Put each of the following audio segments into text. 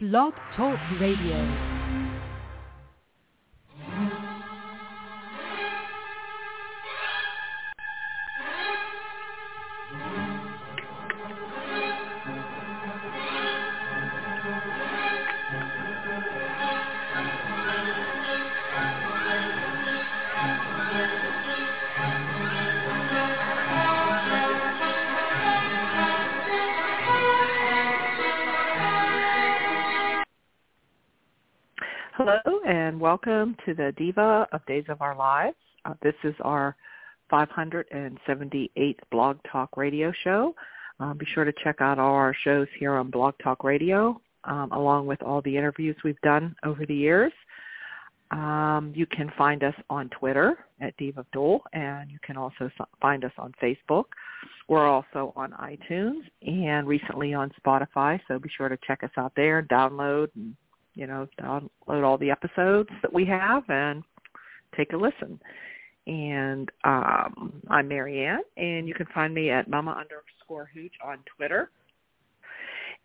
Blog Talk Radio. Hello and welcome to the Diva of Days of Our Lives. Uh, this is our 578th Blog Talk Radio show. Uh, be sure to check out all our shows here on Blog Talk Radio, um, along with all the interviews we've done over the years. Um, you can find us on Twitter at Diva of Dole, and you can also so- find us on Facebook. We're also on iTunes and recently on Spotify, so be sure to check us out there, download, and you know, download all the episodes that we have and take a listen. And um, I'm Mary Ann, and you can find me at mama underscore hooch on Twitter.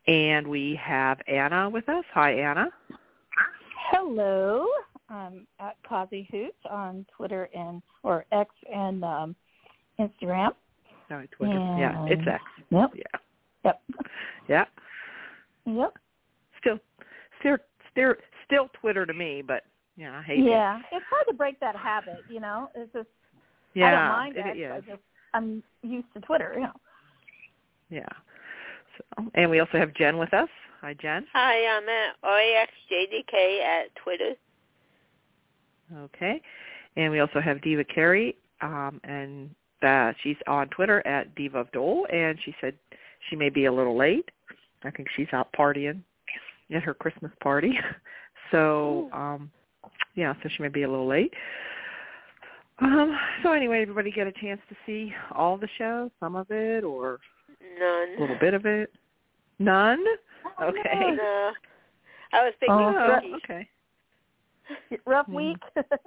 And we have Anna with us. Hi, Anna. Hello. I'm at Kazi Hoots on Twitter and or X and um, Instagram. Sorry, Twitter. Yeah, it's X. Yep. Yeah. Yep. Yeah. Yep. Still, still, still, still Twitter to me, but yeah, I hate it. Yeah. It's hard to break that habit, you know. It's just Yeah, I don't mind X. it is. I just I'm used to Twitter, you know. Yeah. So, and we also have Jen with us. Hi, Jen. Hi, I'm at REXJDK at Twitter. Okay. And we also have Diva Carey, um, and uh, she's on Twitter at Diva of Dole, and she said she may be a little late. I think she's out partying at her Christmas party. So, Hmm. um, yeah, so she may be a little late. Um, so anyway, everybody get a chance to see all the show, some of it, or None. a little bit of it? None? Oh, Okay. No. I was baking Oh, cookies. okay. no. Rough Hmm. week.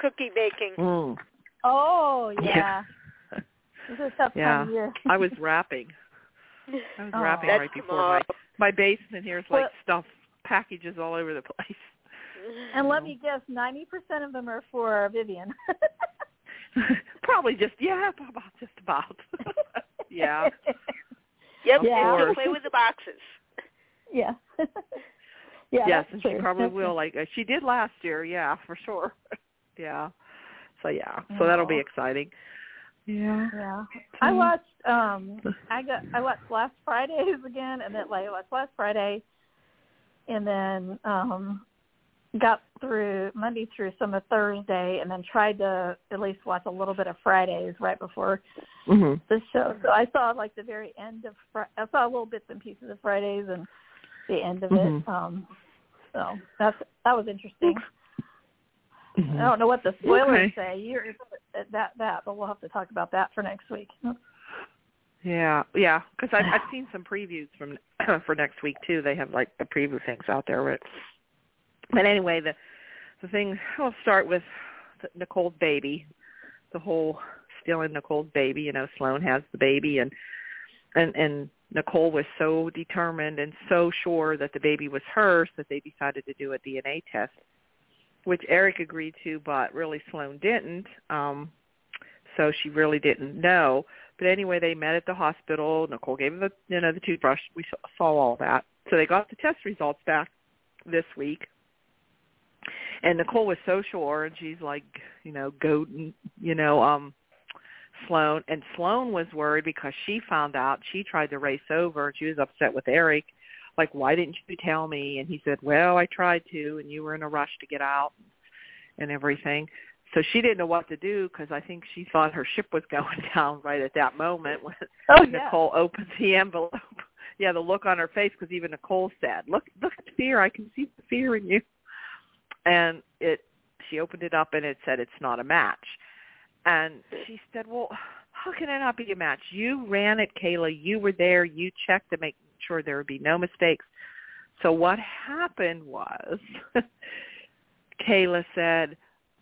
Cookie baking. Mm. oh yeah. Yeah. This is a tough Yeah. time of year. I was rapping. I was Oh. rapping That's right before my tomorrow. my basement here is like Well- stuff packages all over the place. and let me guess, ninety percent of them are for Vivian. Probably just yeah, about just about. yeah. Yep, Of and course. she play with the boxes. Yeah. yes, yeah. that's and she true. probably That's will. Like uh, she did last year. Yeah, for sure. yeah. So yeah. So that'll be Aw. exciting. Yeah. true. Yeah. I watched um I got I watched last Fridays again and then like I watched last Friday and then um got through Monday through some of Thursday and then tried to at least watch a little bit of Fridays right before hmm the show. So I saw like the very end of Fri I saw little bits and pieces of Fridays and the end of Mhm. it. Um so that's that was interesting. Mm-hmm. I don't know what the Okay. spoilers say. You're that that, but we'll have to talk about that for next week. Yeah, yeah, because I've, I've seen some previews from for next week too. They have like the preview things out there, but but anyway, the the thing I'll start with the Nicole's baby, the whole stealing Nicole's baby. You know, Sloan has the baby, and and and Nicole was so determined and so sure that the baby was hers that they decided to do a DNA test, which Eric agreed to, but really Sloan didn't. Um, so she really didn't know. But anyway, they met at the hospital. Nicole gave him the you know the toothbrush. We saw saw all that. So they got the test results back this week. And Nicole was so sure, and she's like, you know, go, you know, um, Sloan. And Sloan was worried because she found out. She tried to race over, and she was upset with Eric. Like, why didn't you tell me? And he said, well, I tried to, and you were in a rush to get out and everything. So she didn't know what to do because I think she thought her ship was going down right at that moment when Oh Nicole opens the envelope. Yeah, the look on her face because even Nicole said, "Look, look at fear. I can see the fear in you." And it, she opened it up and it said, "It's not a match." And she said, "Well, how can it not be a match? You ran it, Kayla. You were there. You checked to make sure there would be no mistakes." So what happened was, Kayla said,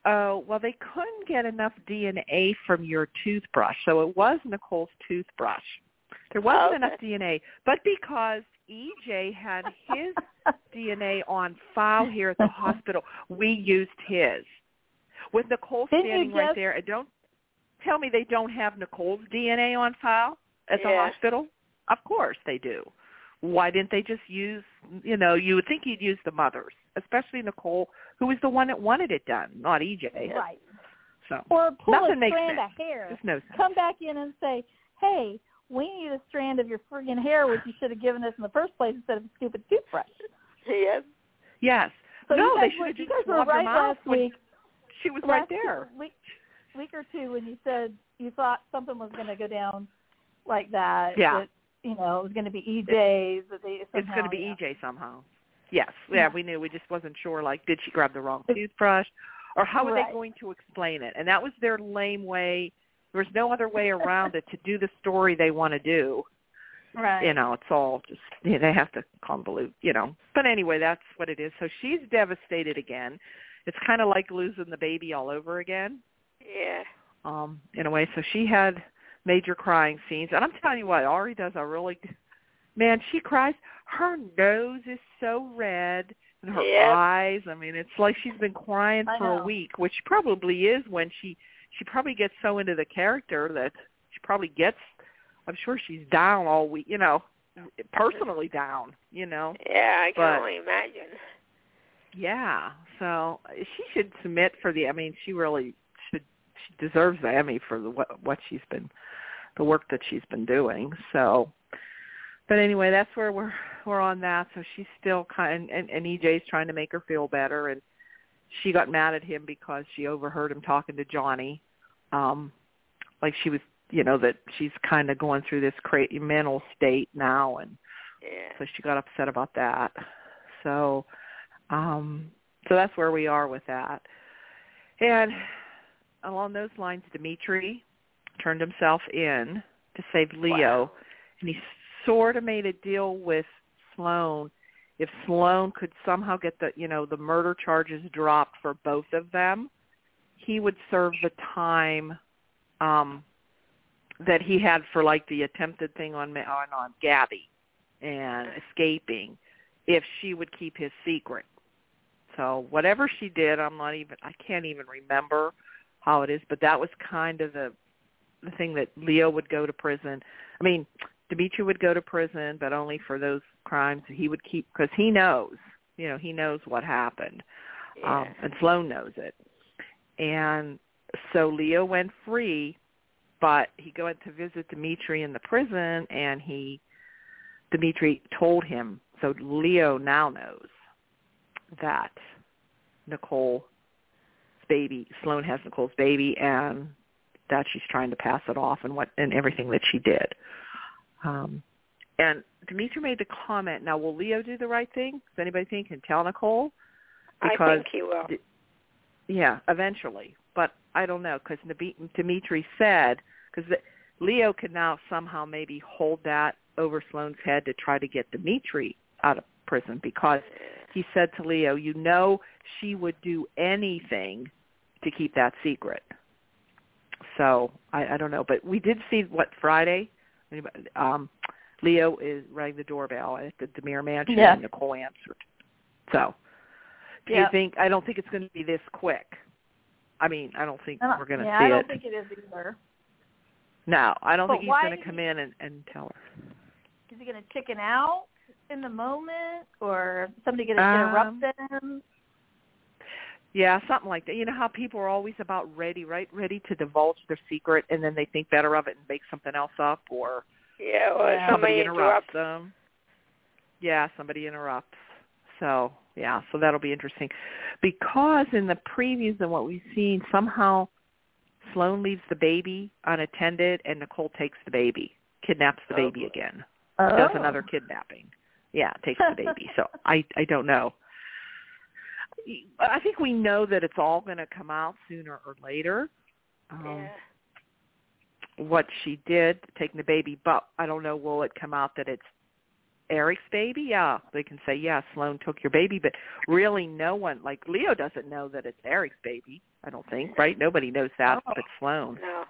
Oh, well, they couldn't get enough DNA from your toothbrush. So it was Nicole's toothbrush. There wasn't Oh, enough DNA, but because EJ had his DNA on file here at the hospital, we used his. With Nicole Didn't you standing right just- there, and don't tell me they don't have Nicole's DNA on file at the Yeah. hospital. Of course they do. Why didn't they just use? You know, you would think you'd use the mother's, especially Nicole, who was the one that wanted it done, not EJ. right. So Or pull uh, Nothing a makes strand sense. of hair. there's no sense. Come back in and say, hey, we need a strand of your friggin' hair, which you should have given us in the first place instead of a stupid toothbrush. Yep. Yes. So no, you guys they should were, have just you guys were swapped right them out last when week. she was last right there. Week, week or two when you said you thought something was going to go down like that. Yeah. That, you know, it was going to be EJ's. That they somehow, it's going to be E yeah. EJ somehow. Yes. Yeah, Yeah. we knew. We just wasn't sure. Like, did she grab the wrong toothbrush, or how were Right. they going to explain it? And that was their lame way. There's no other way around it to do the story they want to do. Right. You know, it's all just you know, they have to convolute. You know. But anyway, that's what it is. So she's devastated again. It's kind of like losing the baby all over again Yeah. um in a way so she had major crying scenes and i'm telling you what ari does a really man she cries her nose is so red and her Yep. eyes i mean it's like she's been crying I for know. a week which probably is when she she probably gets so into the character that she probably gets i'm sure she's down all week you know personally down you know Yeah, I can Oh. But- only imagine. yeah. So uh, she should submit for the. I mean, she really should. She deserves the Emmy for the what, what she's been, the work that she's been doing. So, but anyway, that's where we're we're on that. So she's still kind, and, and EJ's trying to make her feel better, and she got mad at him because she overheard him talking to Johnny, um, like she was, you know, that she's kind of going through this crazy mental state now, and Yeah. so she got upset about that. So um so that's where we are with that. And along those lines Dimitri turned himself in to save Leo Wow. and he sort of made a deal with Sloan if Sloan could somehow get the you know the murder charges dropped for both of them he would serve the time um that he had for like the attempted thing on Ma- on on Gabby and escaping if she would keep his secret so whatever she did I'm not even I can't even remember how it is but that was kind of the the thing that Leo would go to prison I mean Dimitri would go to prison, but only for those crimes that he would keep because he knows, you know, he knows what happened, Yeah. um, and Sloan knows it. And so Leo went free, but he went to visit Dimitri in the prison, and he, Dimitri told him. So Leo now knows that Nicole's baby, Sloan has Nicole's baby, and that she's trying to pass it off, and what and everything that she did. Um, and Dimitri made the comment, now will Leo do the right thing? Does anybody think and tell Nicole? I Because, think he will. d- yeah, eventually. But I don't know because Dimitri said, because Leo can now somehow maybe hold that over Sloane's head to try to get Dimitri out of prison because he said to Leo, you know she would do anything to keep that secret. So I, I don't know, but we did see what Friday. anybody- Um, Leo is rang the doorbell at the Demir Mansion, Yeah. and Nicole answered. So, do you Yeah. think? I don't think it's going to be this quick. I mean, I don't think I don't- we're going to yeah, see I don't it. think it is either. no, I don't But think he's why going to did come in and, and tell her. Is he going to chicken out in the moment, or somebody going to Um, interrupt them? Yeah, something like that. You know how people are always about ready, right? Ready to divulge their secret, and then they think better of it and make something else up, or Yeah, or somebody Yeah. somebody interrupts. interrupts them. Yeah, somebody interrupts. So yeah, so that'll be interesting, because in the previews and what we've seen, somehow Sloan leaves the baby unattended, and Nicole takes the baby, kidnaps the Oh, baby boy. again, Oh. does another kidnapping. Yeah, takes the baby. so I I don't know. I think we know that it's all going to come out sooner or later. Um, Yeah. what she did taking the baby, but I don't know will it come out that it's Eric's baby? Yeah, they can say yeah, Sloan took your baby, but really no one like Leo doesn't know that it's Eric's baby. I don't think right. Nobody knows that Oh. but Sloan. No.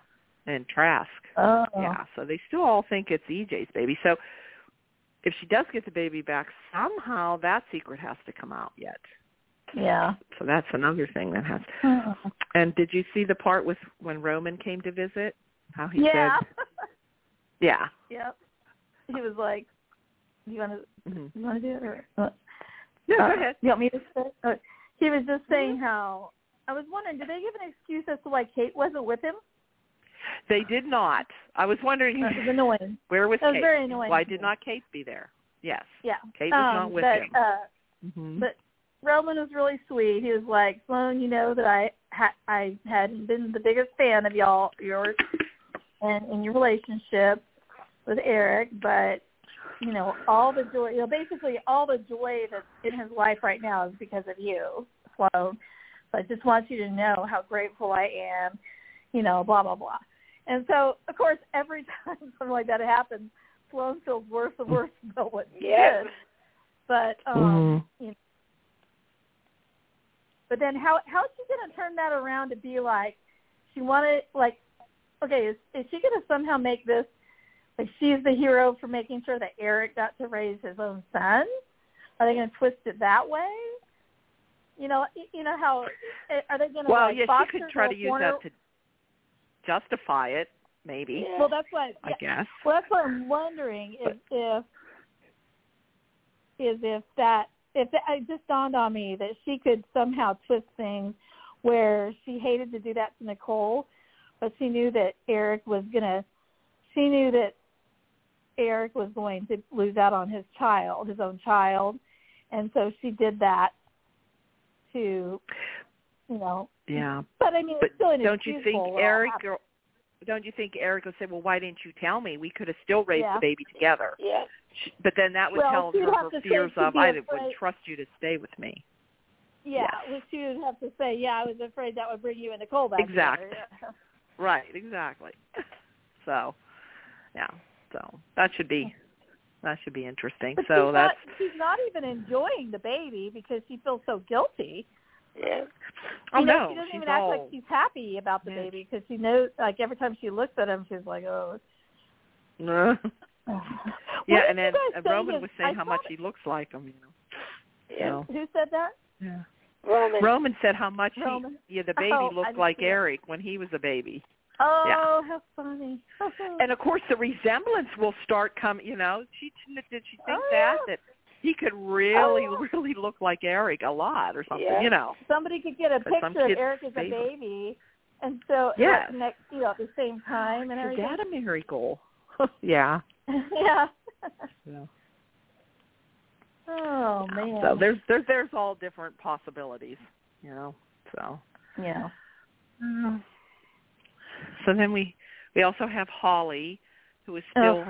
and Trask. Oh. Yeah, so they still all think it's EJ's baby. So if she does get the baby back, somehow that secret has to come out yet. Yeah. So that's another thing that has. And did you see the part with when Roman came to visit? How he yeah. said, "Yeah, yep. He was like, "Do you want to? mm-hmm. You want to do it?" Or, what? yeah, Uh, go ahead." Mm-hmm. You want me to say? Uh, he was just saying how I was wondering, did they give an excuse as to like Kate wasn't with him? They did not. I was wondering That was annoying. where was That was Kate? very annoying. Why did not Kate be there? Yes, Yeah. Kate was um, not with but, him. Uh, hmm but- Roman was really sweet. He was like, Sloan, you know that I ha- I hadn't been the biggest fan of y'all yours and in your relationship with Eric, but you know, all the joy you know, basically all the joy that's in his life right now is because of you, Sloan. So I just want you to know how grateful I am, you know, blah blah blah. And so of course every time something like that happens, Sloan feels worse and worse about what he Yep. did. But um Mm-hmm. but then how how is she gonna turn that around to be like she wanted like okay, is is she gonna somehow make this like she's the hero for making sure that Eric got to raise his own son? Are they gonna twist it that way? You know, y- you know how eh, are they gonna well, like yeah, box she her could try to to a use corner? that to justify it, maybe. Yeah. Well, that's what I guess. Well, that's what I'm wondering is But- if is if that if that, it just dawned on me that she could somehow twist things where she hated to do that to Nicole, but she knew that Eric was gonna she knew that Eric was going to lose out on his child, his own child, and so she did that to you know. Yeah, But I mean, but it's still don't you think inexcusable what all Eric? happened. Or, don't you think Eric will say, "Well, why didn't you tell me? We could have still raised Yeah. the baby together." Yeah. She, but then that would Well, tell she'd her have her to say fears she'd of, be "I would afraid- trust you to stay with me." Yeah, Yes. which you would have to say, yeah, I was afraid that would bring you and Nicole back. Exactly. together. Right, exactly. so, yeah, so that should be that should be interesting. But so she's that's not, she's not even enjoying the baby because she feels so guilty. Yeah. oh you know, no, she doesn't she's even act all like she's happy about the Yeah. baby because she knows, like every time she looks at him, she's like, oh. yeah, What and did then you guys and say Roman his- was I saying how saw much that- he looks like him, you know. Yeah. So, Who said that? yeah. Roman. Roman said how much Roman. he yeah the baby Oh, I looked didn't like see that. Eric when he was a baby. Oh, how funny. And of course, the resemblance will start coming. You know, she didn't- did she think Oh, that yeah. that he could really Oh, yeah. really look like Eric a lot or something. Yeah. You know, Somebody could get a But some picture of kid's Eric as a favorite. baby and so Yes. like, next, you know, at the same time and is everything. that a miracle? yeah. yeah. So, Oh, man. so there's there's there's all different possibilities. You know, so. yeah. Mm, So then we we also have Holly, who is still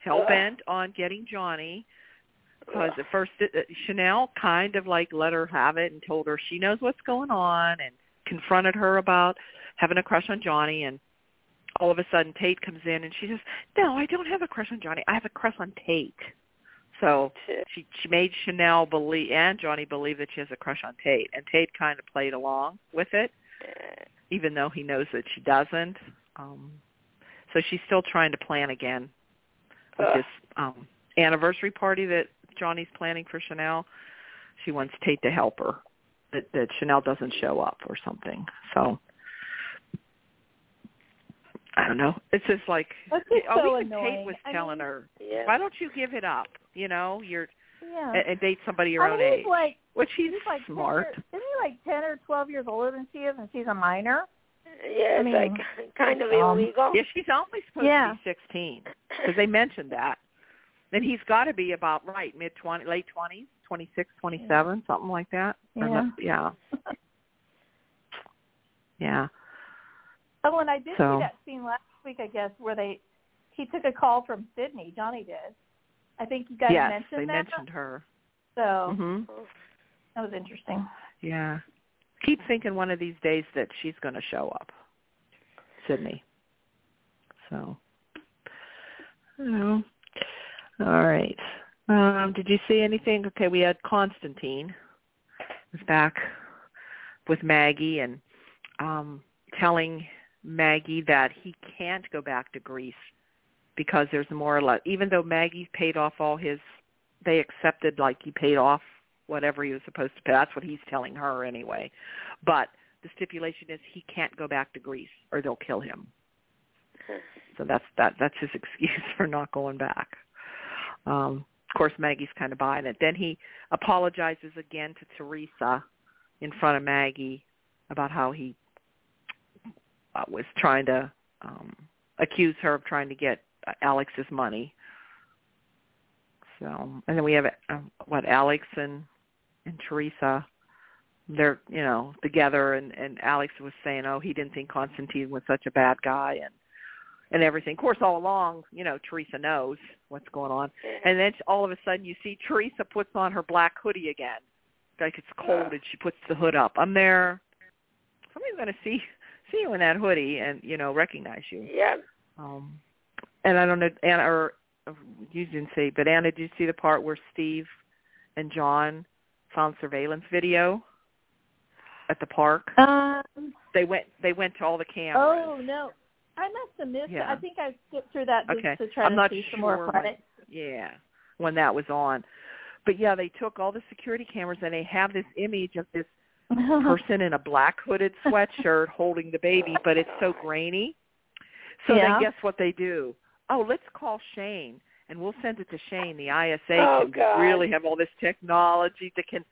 hell bent on getting Johnny. Because at first it, uh, Chanel kind of like let her have it and told her she knows what's going on and confronted her about having a crush on Johnny and all of a sudden Tate comes in and she says, "No, I don't have a crush on Johnny. I have a crush on Tate." So she she made Chanel believe and Johnny believe that she has a crush on Tate and Tate kind of played along with it even though he knows that she doesn't. Um, so she's still trying to plan again with Ugh. this um, anniversary party that Johnny's planning for Chanel. She wants Tate to help her that, that Chanel doesn't show up or something. So I don't know. It's just like That's just oh, so even Tate annoying. was I telling mean, her, Yeah. "Why don't you give it up? You know, you're Yeah. and, and date somebody your I own mean, age." he's like Which he's he's like 10 smart. Or, isn't he like ten or twelve years older than she is, and she's a minor? Yeah, I it's mean, like kind of um, illegal. Yeah, she's only supposed Yeah. to be sixteen. because they mentioned that. Then he's got to be about right mid twenty, late twenties, twenty six, twenty seven, something like that. Or Yeah. no- yeah, yeah. Oh, and I did So- see that scene last week, I guess, where they he took a call from Sydney. Johnny did. I think you guys yes, mentioned they that. Oh. mentioned her. So hmm Oh, that was interesting. Yeah. Keep thinking one of these days that she's going to show up, Sydney. So. I don't know. All right. Um, did you see anything? Okay, we had Constantine was back with Maggie and um telling Maggie that he can't go back to Greece because there's more or less even though Maggie paid off all his they accepted like he paid off whatever he was supposed to pay. That's what he's telling her anyway. But the stipulation is he can't go back to Greece or they'll kill him. So that's that that's his excuse for not going back. Um of course Maggie's kind of buying it. Then he apologizes again to Teresa in front of Maggie about how he uh, was trying to um accuse her of trying to get Alex's money. So, and then we have um, what Alex and and Teresa they're, you know, together and and Alex was saying, "Oh, he didn't think Constantine was such a bad guy." And and everything. Of course, all along, you know, Teresa knows what's going on. And then all of a sudden, you see Teresa puts on her black hoodie again, like it's cold, and she puts the hood up. I'm there. Somebody's going to see see you in that hoodie and you know recognize you. Yeah. Um, and I don't know, Anna, or or you didn't see, but Anna, did you see the part where Steve and John found surveillance video at the park? Um, They went they went to all the cameras. oh no, I must have missed. Yeah. It. I think I skipped through that just Okay. to try I'm to not see some sure more when- credit. yeah when that was on but yeah they took all the security cameras and they have this image of this person in a black hooded sweatshirt holding the baby but it's so grainy so Yeah. then guess what they do oh let's call shane and we'll send it to shane the isa Oh, can God. really have all this technology that can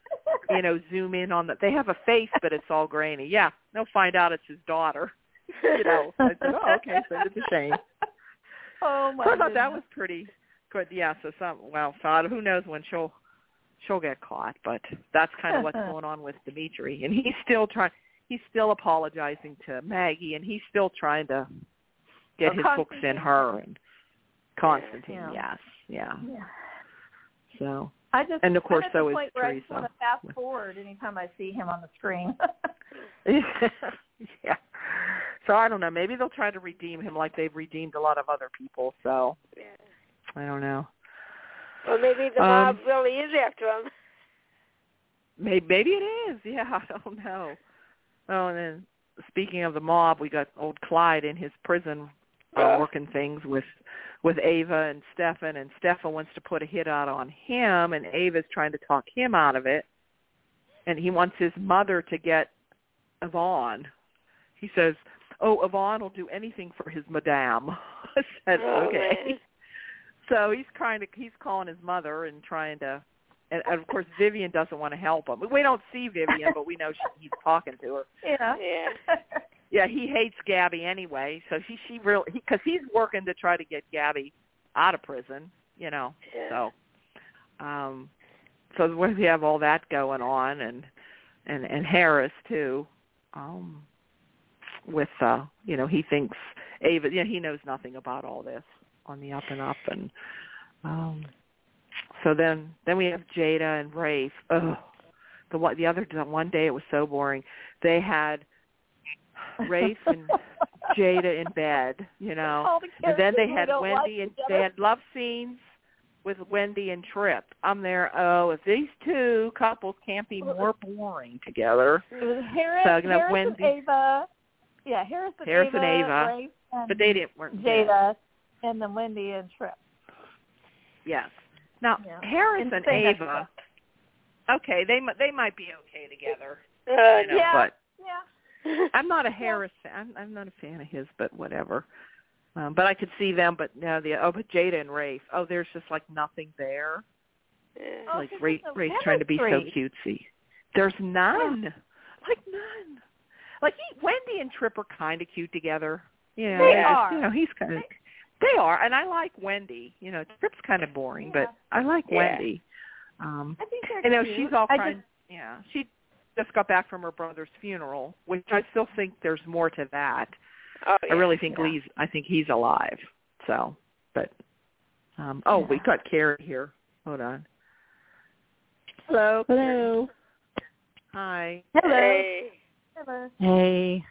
you know zoom in on that they have a face but it's all grainy yeah they'll find out it's his daughter you know i said oh okay send it to shane oh my so I thought that was goodness. pretty good. Yeah. So some well, so I- who knows when she'll she'll get caught, but that's kind of what's going on with Dimitri, and he's still trying. He's still apologizing to Maggie, and he's still trying to get Oh, his hooks in Constantine. her and Constantine. Yeah. Yes. Yeah. Yeah. So I just And of course, I'm at the so is point where I just Teresa. want to fast forward anytime I see him on the screen. yeah. So I don't know. Maybe they'll try to redeem him like they've redeemed a lot of other people. So Yeah. I don't know. Well, maybe the mob Um, really is after him. Maybe, maybe it is. Yeah, I don't know. Oh, and then speaking of the mob, we got old Clyde in his prison uh, Ugh. working things with with Ava and Stefan, and Stefan wants to put a hit out on him, and Ava's trying to talk him out of it, and he wants his mother to get Yvonne. He says, "Oh, Yvonne will do anything for his madame." I said, Oh, "Okay." man. So he's trying to he's calling his mother and trying to and, and of course Vivian doesn't want to help him. We don't see Vivian, but we know she, he's talking to her. yeah. Yeah. Yeah, he hates Gabby anyway, so she she real because he's working to try to get Gabby out of prison, you know. So, um, so we have all that going on, and and and Harris too, um, with uh, you know he thinks Ava, yeah, he knows nothing about all this on the up and up, and um, so then then we have Jada and Rafe. Ugh. The one the other the one day it was so boring. They had Rafe and Jada in bed, you know. All the And then they characters we had don't like Wendy and together. they had love scenes with Wendy and Trip. I'm there. Oh, if these two couples can't be more boring together, It was Harris, So, you know, Harris Wendy- and Ava. Yeah, Harris and Harris Ava. and Ava. Rafe and but they didn't weren't yeah, Jada, and then Wendy and Trip. Yes. Now Yeah. Harris and Insane Ava. extra. Okay, they mi- they might be okay together. Uh, You know, Yeah. But Yeah. I'm not a Harris fan. I'm, I'm not a fan of his, but whatever. Um, but I could see them. But now the oh, but Jada and Rafe. Oh, there's just like nothing there. yeah. Oh, like because Ray, there's no Ray's trying to be so chemistry. cutesy. There's none, like none. Like he, Wendy and Trip are kind of cute together. You know, They they're just- are. You know, he's kind of. They are, and I like Wendy. You know, Trip's kind of boring, but I like Yeah. Wendy. Um, I think they're you know, cute. she's all I kind. just- yeah, she just got back from her brother's funeral, which I still think there's more to that. Oh, yeah. I really think Yeah. Lee's. I think he's alive. So, but um oh, we Yeah. got Carrie here. Hold on. Hello. Hello. Hi. Hello. Hey. Hello. Hey.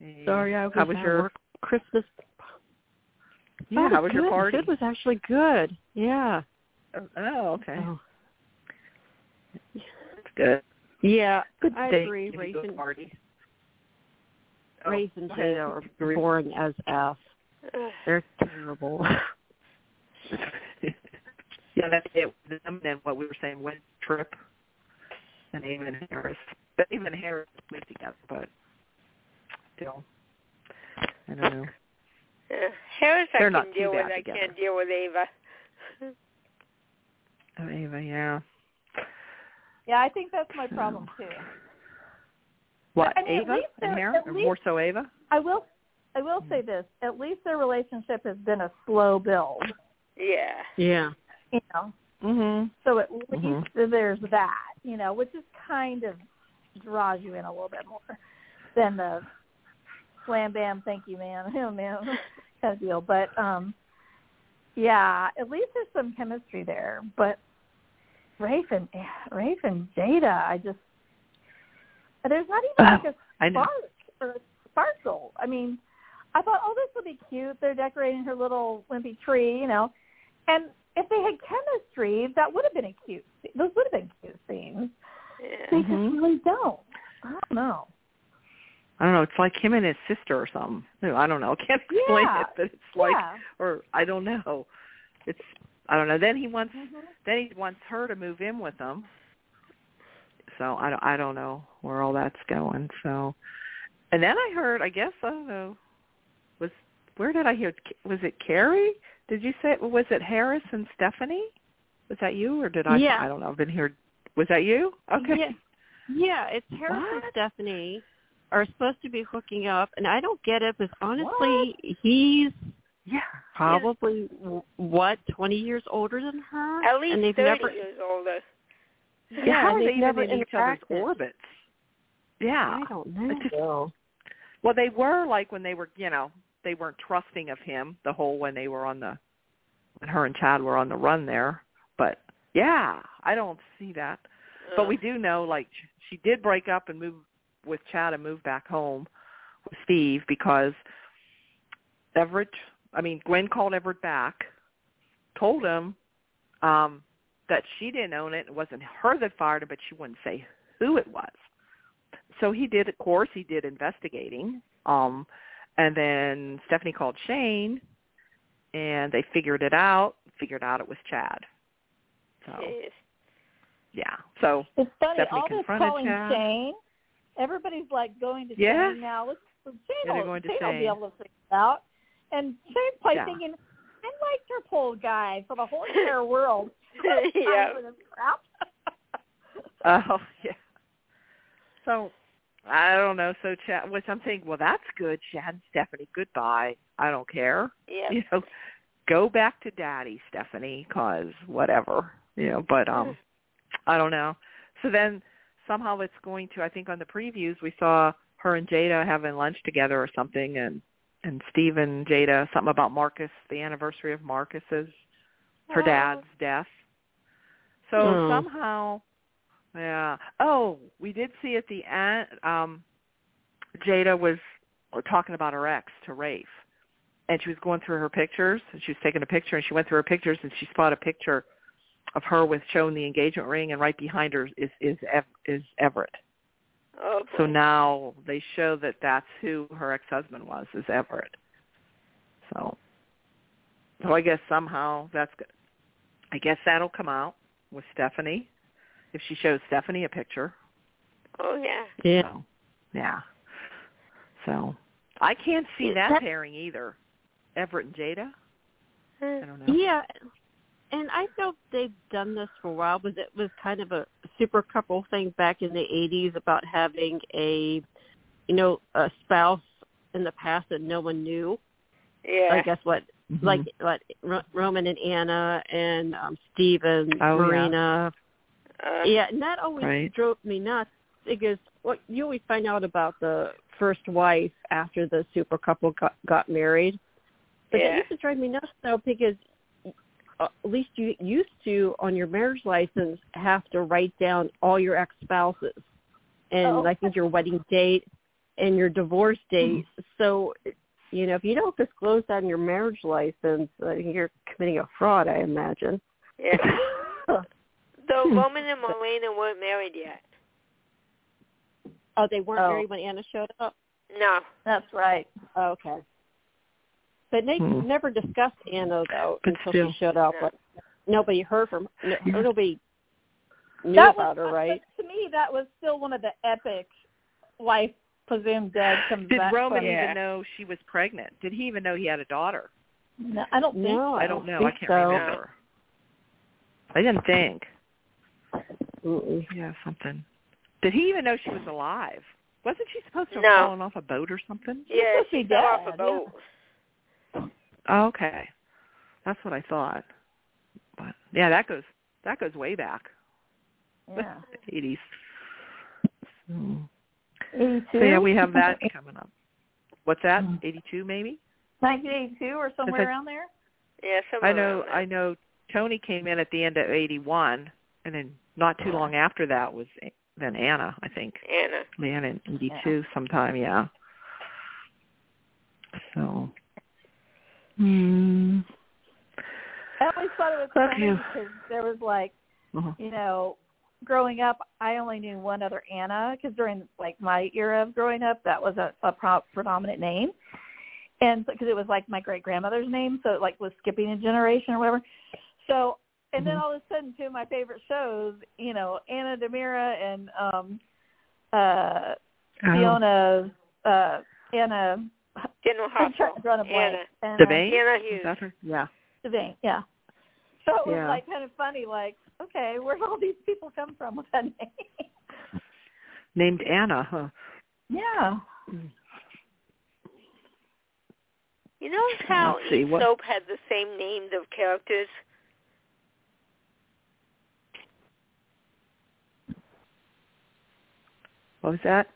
Hey. Sorry, I was, How was at your work Christmas. yeah? Oh, How was your good. party? It was actually good. Yeah. Oh, okay. Oh. That's good. Yeah. Good I date. agree. Did you go Recent party. Oh, Raisin go ahead. Potato are boring as f. They're terrible. yeah, that's it. with Them and what we were saying, Wind Trip and Avon Harris. But Avon Harris played together, but still, I don't know. Uh, Harris I They're can not too deal with. bad I together. can't deal with Ava. Oh, Ava, yeah. Yeah, I think that's my problem too. What I mean, at Ava least and they're- Harris, at or least- more so Ava? I will I will say this, at least their relationship has been a slow build. Yeah. yeah. You know. Mm-hmm. So at least Mhm. there's that, you know, which is kind of draws you in a little bit more than the slam bam, thank you, ma'am, oh, ma'am kind of deal. But um yeah, at least there's some chemistry there. But Rafe and Rafe and Jada, I just there's not even like a I know. spark or a sparkle. I mean, I thought, oh, this will be cute. They're decorating her little wimpy tree, you know. And if they had chemistry, that would have been a cute. sce- Those would have been cute scenes. They Yeah. just Mm-hmm. Mhm. really don't. I don't know. I don't know. It's like him and his sister or something. I don't know. I can't explain Yeah. it, but it's like, yeah. or I don't know. It's I don't know. Then he wants Mm-hmm. then he wants her to move in with him. So I don't I don't know where all that's going. So and then I heard I guess I don't know was where did I hear was it Carrie? Did you say was it Harris and Stephanie? Was that you or did I? Yeah. I don't know. I've been here. Was that you? Okay. Yeah, yeah it's Harris and What? Stephanie are supposed to be hooking up, and I don't get it because honestly, What? he's Yeah. probably w what twenty years older than her, At least and they've thirty never years older. yeah, Yeah, how and are they've they never even in each other's interacted. orbits? Yeah. I don't It's just- know. Well, they were like when they were, you know, they weren't trusting of him the whole when they were on the when her and Chad were on the run there. But yeah, I don't see that. Uh. But we do know like sh- she did break up and move with Chad and move back home with Steve because Everett, I mean Gwen called Everett back, told him um that she didn't own it. It wasn't her that fired him, but she wouldn't say who it was. So he did, of course, he did investigating. Um, and then Stephanie called Shane, and they figured it out. Figured out it was Chad. So Jeez. yeah. So It's funny. Stephanie all this confronted calling Chad. Shane. Everybody's like going to Yeah. Shane now. Let's Shane, Yeah, they're will, going to Shane will be Shane. able to figure it out. And Shane's probably Yeah. thinking, I like your pole guy for the whole entire world. yeah. For this crap. Oh yeah. So I don't know. So Chad, which I'm thinking, well, that's good. Chad and Stephanie, goodbye. I don't care. Yeah. You know, go back to daddy, Stephanie, cause whatever. You know, but um, I don't know. So then somehow it's going to. I think on the previews we saw her and Jada having lunch together or something, and and Steve and Jada something about Marcus, the anniversary of Marcus's her Oh. dad's death. So Hmm. somehow, yeah. Oh, we did see at the end. Um, Jada was talking about her ex to Rafe, and she was going through her pictures. And she was taking a picture, and she went through her pictures, and she spotted a picture of her with showing the engagement ring, and right behind her is is Ev- is Everett. Oh, So boy. now they show that that's who her ex-husband was, is Everett. So, so I guess somehow that's good. I guess that'll come out with Stephanie if she shows Stephanie a picture. Oh yeah. Yeah. So, yeah. So I can't see Yeah, that, that- pairing either. Everett and Jada. I Uh, don't know. Yeah. And I know they've done this for a while, but it was kind of a super couple thing back in the 80s about having a, you know, a spouse in the past that no one knew. Yeah. I guess what, like, Mm-hmm. like Ro- Roman and Anna and um, Steve and Oh, yeah. Marina. Uh, Yeah, and that always Right. drove me nuts because well, you always find out about the first wife after the super couple got, got married. But Yeah. it used to drive me nuts though because uh, at least you used to on your marriage license have to write down all your ex spouses and Oh. I think your wedding date and your divorce date. So you know if you don't disclose that in your marriage license, uh, you're committing a fraud, I imagine. yeah. Though Hmm. Roman and Marlena weren't married yet. Oh, they weren't Oh. married when Anna showed up. No. That's right. Oh, Okay. But they Hmm. never discussed Anna though But until still. she showed up. Yeah. Like, nobody heard from. No, Yeah. Nobody knew that about was, her, right? To me, that was still one of the epic wife presumed dead comes Did back. Roman from- even know she was pregnant? Did he even know he had a daughter? No, I don't think. No, I don't know. I Oh, think can't so. remember. I didn't think. Mm-mm. Yeah, something. Did he even know she was alive? Wasn't she supposed to have No. fallen off a boat or something? Yeah, supposed to she be fell off dead, a boat. Oh, okay. That's what I thought. But yeah, that goes that goes way back. Yeah. Eighties. So 82? yeah, we have that coming up. What's that? Mm. Eighty two maybe? 1982 or somewhere Because I- around there. Yeah, somewhere I know around there. I know Tony came in at the end of eighty one and then not too long after that was then Anna, I think. Anna. Leanna in eighty two sometime, yeah. So mm. I always thought it was funny Okay. because there was like, Uh-huh. you know, growing up, I only knew one other Anna because during like my era of growing up, that was a, a pro- predominant name, and because it was like my great grandmother's name, so it like was skipping a generation or whatever. So, and then Mhm. all of a sudden, two of my favorite shows, you know, Anna Demira and um uh Oh. Fiona uh Anna. General I'm trying Hospital. to run a blank. Anna. Anna- Devane? Anna Is Hughes. that her? Yeah. Devane, yeah. So it was Yeah. like kind of funny, like, okay, where all these people come from with that name? Named Anna, huh? Yeah. You know how Let's see, each what- soap had the same named of characters? What was that?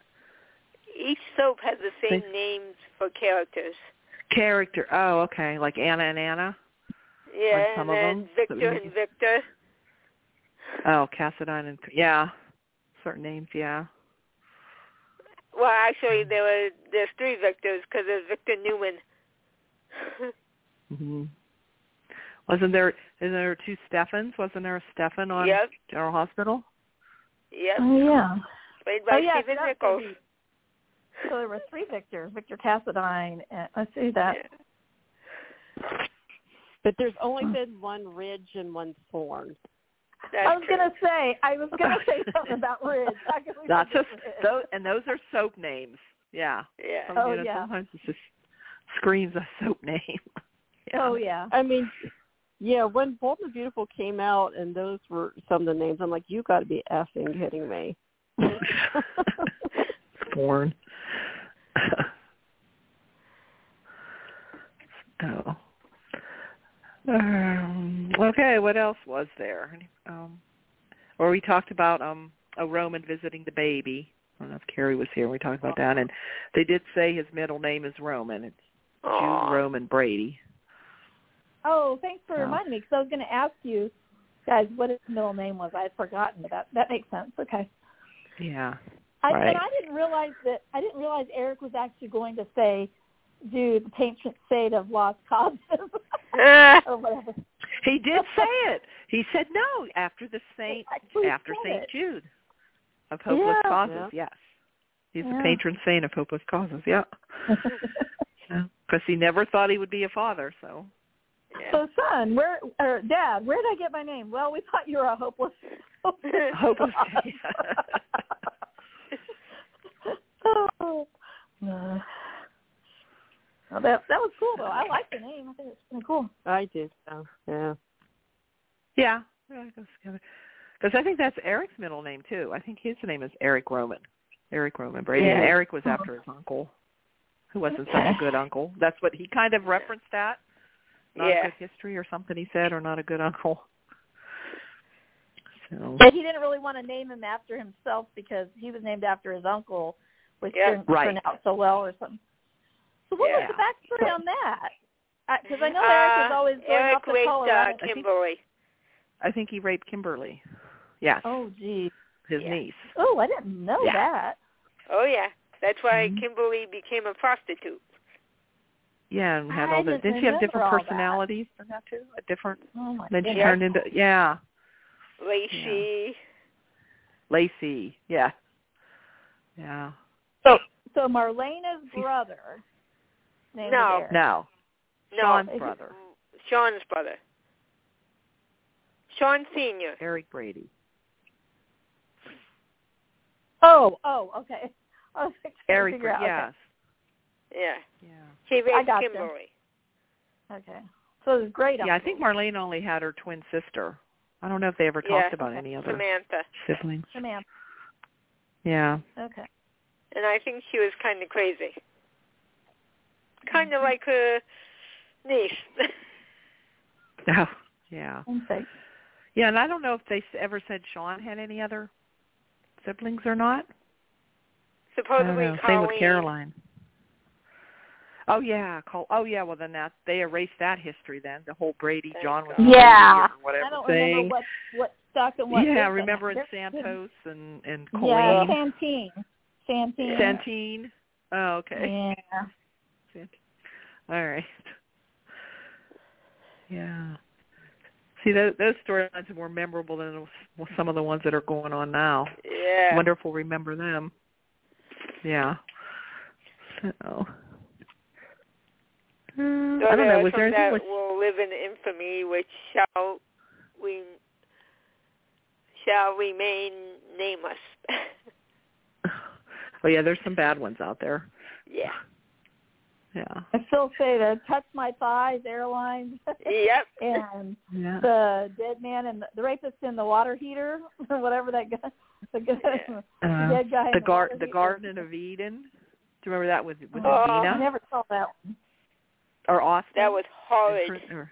Each soap had the same names for characters. Character. Oh, okay. Like Anna and Anna. Yeah, some of and then them, so we Victor can- and Victor. Oh, Cassadine and yeah. Certain names, yeah. Well, actually, there were there's three Victors because there's Victor Newman. hmm Wasn't there? Isn't there two Steffens? Wasn't there a Stefan on yep, General Hospital? yep. Oh, yeah. Played by Oh, yeah. Stephen so that's Nichols. maybe- So there were three Victors, Victor Cassadine, and let's see that. But there's only been one ridge and one thorn. That's I was true. to say, I was going to say something about Ridge. How could we Not forget just Ridge? those, and those are soap names. Yeah. Yeah. Oh, you know, yeah. Sometimes it just screams a soap name. yeah. Oh, yeah. I mean, yeah, when Bold and the Beautiful came out, and those were some of the names. I'm like, you got to be effing kidding me. Born. so. Um, okay, what else was there? Any- Um, or we talked about um a Roman visiting the baby. I don't know if Carrie was here. We talked about that, and they did say his middle name is Roman. It's Jude Aw. Roman Brady. Oh, thanks for Yeah. reminding me because I was going to ask you guys what his middle name was. I had forgotten about That makes sense. Okay. Yeah. I, Right. And I didn't realize that I didn't realize Eric was actually going to say, "Do the patron saint of Las Causes or whatever." He did say it. He said no after the saint actually after said Saint it. Jude of hopeless Yeah. causes. Yep. Yes, he's Yeah. the patron saint of hopeless causes. Yeah, because he never thought he would be a father. So Yeah. so, son, where or dad, where did I get my name? Well, we thought you were a hopeless. hopeless. oh. no. Well, that that was cool though. I like the name. I think it's pretty cool. I did. So, yeah. yeah, yeah, it goes together. Because I think that's Eric's middle name too. I think his name is Eric Roman. Eric Roman Brady. And Yeah. Eric Uh-huh. was after his uncle, who wasn't such a good uncle. That's what he kind of referenced that. Not Yeah. a good history or something he said, or not a good uncle. So But he didn't really want to name him after himself because he was named after his uncle, which Yeah. didn't Right. turn out so well or something. So what was the backstory on that? Because I know Eric was Uh, always going Eric off to raped, Colorado. Uh, Kimberly. I think he raped Kimberly. Yes, oh, gee. his yeah. niece. Oh, I didn't know Yeah. that. Oh yeah, that's why Mhm. Kimberly became a prostitute. Yeah, and had I all the. just Didn't she have different remember all that. personalities from that too? A different. Oh my Then she goodness. turned into yeah, Lacey. Lacey. Yeah, yeah. So So Marlena's brother. Named No. Eric. No. No. Sean's Is it- brother, Sean's brother. Sean Senior. Eric Brady. Oh, oh, okay. I was like, trying to Eric, figure out. yes. Yeah. Yeah. He raised gotcha. Kimberly. Okay. okay. So it was great. Yeah, I think Marlene only had her twin sister. I don't know if they ever Yeah. talked about any other Samantha. siblings. Samantha. Yeah. Okay. And I think she was kind of crazy. Kind of like her niece. Oh, yeah. Okay. Yeah, and I don't know if they s- ever said Sean had any other siblings or not. I don't Supposedly know. Same Colleen. with Caroline. Oh yeah, Col- oh yeah. Well then that they erased that history then. The whole Brady Thank John God. was Brady Yeah. or whatever I don't thing. remember what what stuck and what. yeah, didn't. remember in There- Santos and and Yeah, Colleen Santine. Santine. Santine. Oh okay. Yeah. All right. Yeah. See, those, those storylines are more memorable than some of the ones that are going on now. Yeah. Wonder if we'll remember them. Yeah. So. Mm, So I don't know. are Was there some that anything with will live in infamy, which shall we shall remain nameless. Oh yeah, there's some bad ones out there. yeah. Yeah. I still say the touch my thighs airlines Yep. and Yeah. the dead man and the, the rapist in the water heater or whatever that guy. The, guy, Yeah. the Uh, dead guy. in the the gar- water the heater. Garden of Eden. Do you remember that with with Oh, I Edina never saw that one. or Austin? That was And horrid. Prin- or-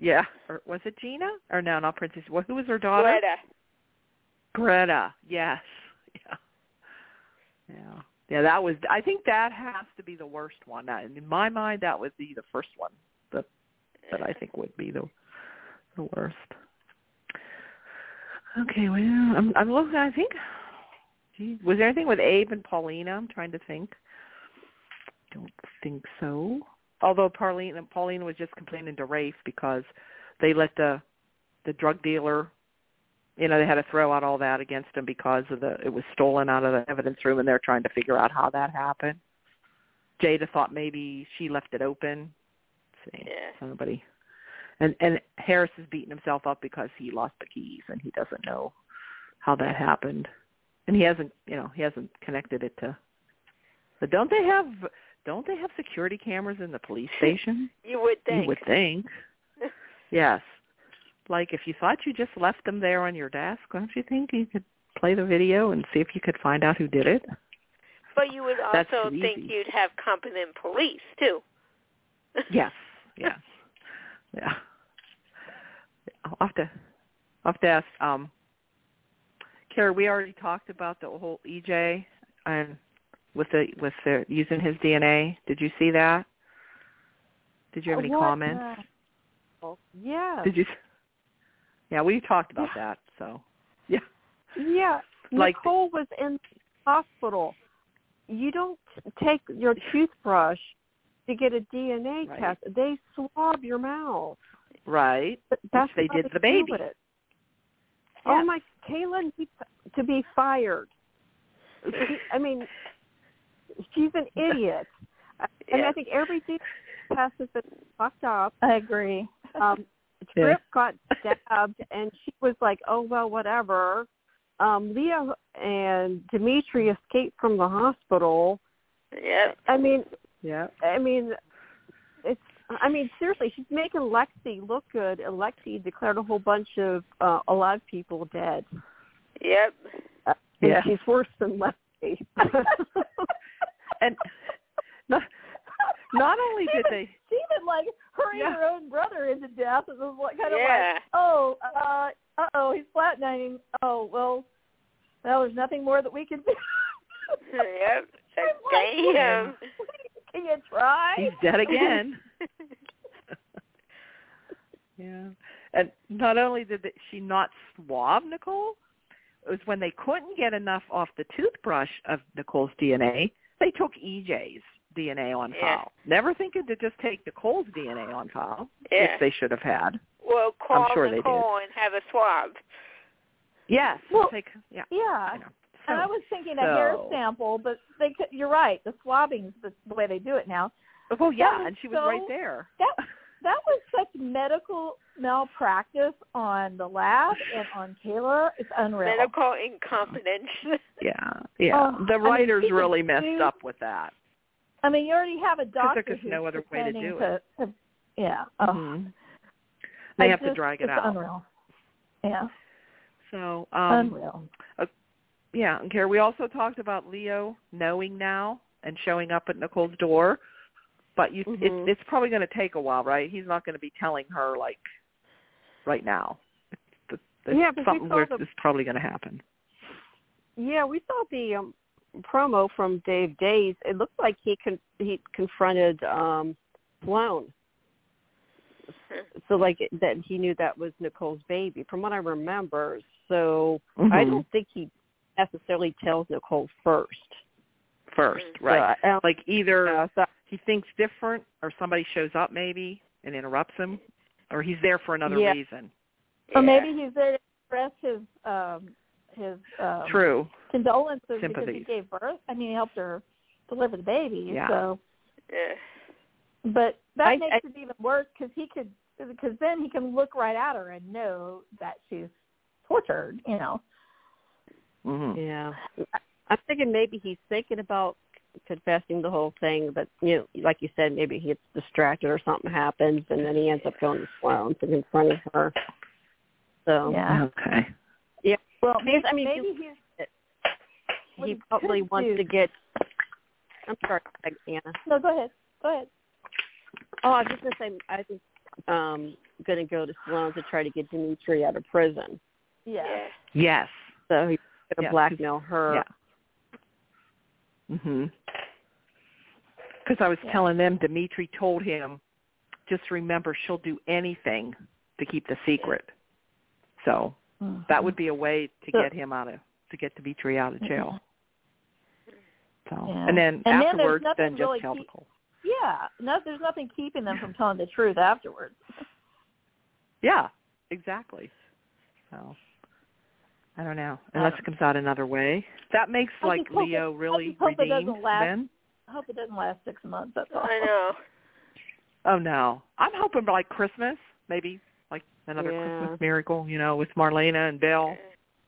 yeah. Or was it Gina? Or no, not Princess. Well, who was her daughter? Greta. Greta. Yes. Yeah. Yeah. Yeah, that was I think that has to be the worst one. That- In my mind that would be the first one that that I think would be the the worst. Okay, well, I'm I'm looking I think geez, was there anything with Abe and Paulina? I'm trying to think. Don't think so. Although Paulina Paulina was just complaining to Rafe because they let the the drug dealer you know they had to throw out all that against him because of the it was stolen out of the evidence room and they're trying to figure out how that happened jada thought maybe she left it open Let's see Yeah. somebody and and harris is beating himself up because he lost the keys and he doesn't know how that happened and he hasn't you know he hasn't connected it to but don't they have don't they have security cameras in the police station You would think. you would think. yes. Like if you thought you just left them there on your desk, don't you think you could play the video and see if you could find out who did it? But you would That's also too think easy. you'd have competent police too. Yes. Yes. yeah. I'll have to I'll have to ask um Kara, we already talked about the whole EJ and with the with the using his DNA. Did you see that? Did you have any Uh, What comments? the- Uh, Yeah. Did you? Yeah, we talked about that. So Yeah, Like- Nicole was in the hospital. You don't take your toothbrush to get a DNA Right. test. They swab your mouth. right, But That's they how did to the do baby. it. Oh my, Kaylin needs to be fired. She, I mean, she's an idiot. I I mean, I Yes. think every DNA test has been fucked up. I agree. um Yeah. Trip got stabbed and she was like, Oh well, whatever. Um, Leah and Dimitri escaped from the hospital. Yep. I mean yeah, I mean it's I mean, seriously, she's making Lexi look good and Lexi declared a whole bunch of uh alive people dead. Yep. And Yeah. she's worse than Lexi. and not, not only did they, She even like hurrying Yeah. her own brother into death. It was like kind of like Yeah. oh, uh, uh-oh, he's flatlining. Oh, well, well, there's nothing more that we can do. yep. I'm Like, like, damn. can you try? he's dead again. yeah, and not only did the, she not swab Nicole, it was when they couldn't get enough off the toothbrush of Nicole's DNA, they took E EJ's DNA on Yeah. file. Never thinking to just take Nicole's DNA on file, Yeah. which they should have had. Well, call sure they did. Nicole and have a swab. Yes, Well, take, yeah, Yeah. you know, And I was thinking a So- hair sample, but they could, you're right. The swabbing's the, the way they do it now. Well, yeah, was and she was so- right there. That that was such medical malpractice on the lab and on Taylor. It's unreal. Medical incompetence. Yeah, yeah. Oh, I the mean, writers she could really messed do- up with that. I mean, you already have a doctor there's who's no other way to pretending do to, to- yeah. Oh, Mhm. They I have to just- drag it it's out. Unreal. Yeah, So, um, unreal. yeah, and Kara, we also talked about Leo knowing now and showing up at Nicole's door, but you, Mhm. it, it's probably going to take a while, right? He's not going to be telling her like right now. It's, it's Yeah, 'cause we something saw where the- it's probably going to happen. Yeah, we saw the um, promo from Dave Days. It looked like he con- he confronted um Sloan. So like that he knew that was Nicole's baby, from what I remember. So I Mhm. don't think he necessarily tells Nicole first. first, Mhm. right? So I- I don't Like either know. So he thinks different or somebody shows up maybe and interrupts him or he's there for another Yeah. reason. Or Yeah. maybe he's there to express his um his um, True. condolences because he Sympathies. gave birth. I mean, he helped her deliver the baby. Yeah. So, Yeah. but that I- makes I- it even worse because he could because then he can look right at her and know that she's tortured. You know. Mhm. yeah, I- I'm thinking maybe he's thinking about confessing the whole thing, but you know, like you said, maybe he gets distracted or something happens, and then he ends up going to Sloan and confronting her. So Yeah. Okay. yeah, well, Maybe, I mean, maybe he's what he he probably could wants do- to get. I'm sorry, Anna. no. Go ahead. Go ahead. Oh, I was just gonna say I was um, gonna go to Sloan to try to get Dimitri out of prison. Yeah. Yeah. Yes. So he's gonna Yeah, 'cause- blackmail her. Yeah. Mhm. Cuz I was Mm-hmm. Yeah. telling them Dimitri told him just remember she'll do anything to keep the secret. So, Mm-hmm. that would be a way to So- get him out of to get Dimitri out of jail. So, Yeah. and then And then there's afterwards nothing then just really tell keep- Nicole. Yeah. No, there's nothing keeping them from telling the truth afterwards. Yeah, exactly. So I don't know. Unless it comes out another way. That makes I like just hope it- Leo really just hope it doesn't redeemed last. then. I hope it doesn't last six months. That's all. I know. Oh no. I'm hoping by like Christmas, maybe like another Yeah. Christmas miracle, you know, with Marlena and Belle.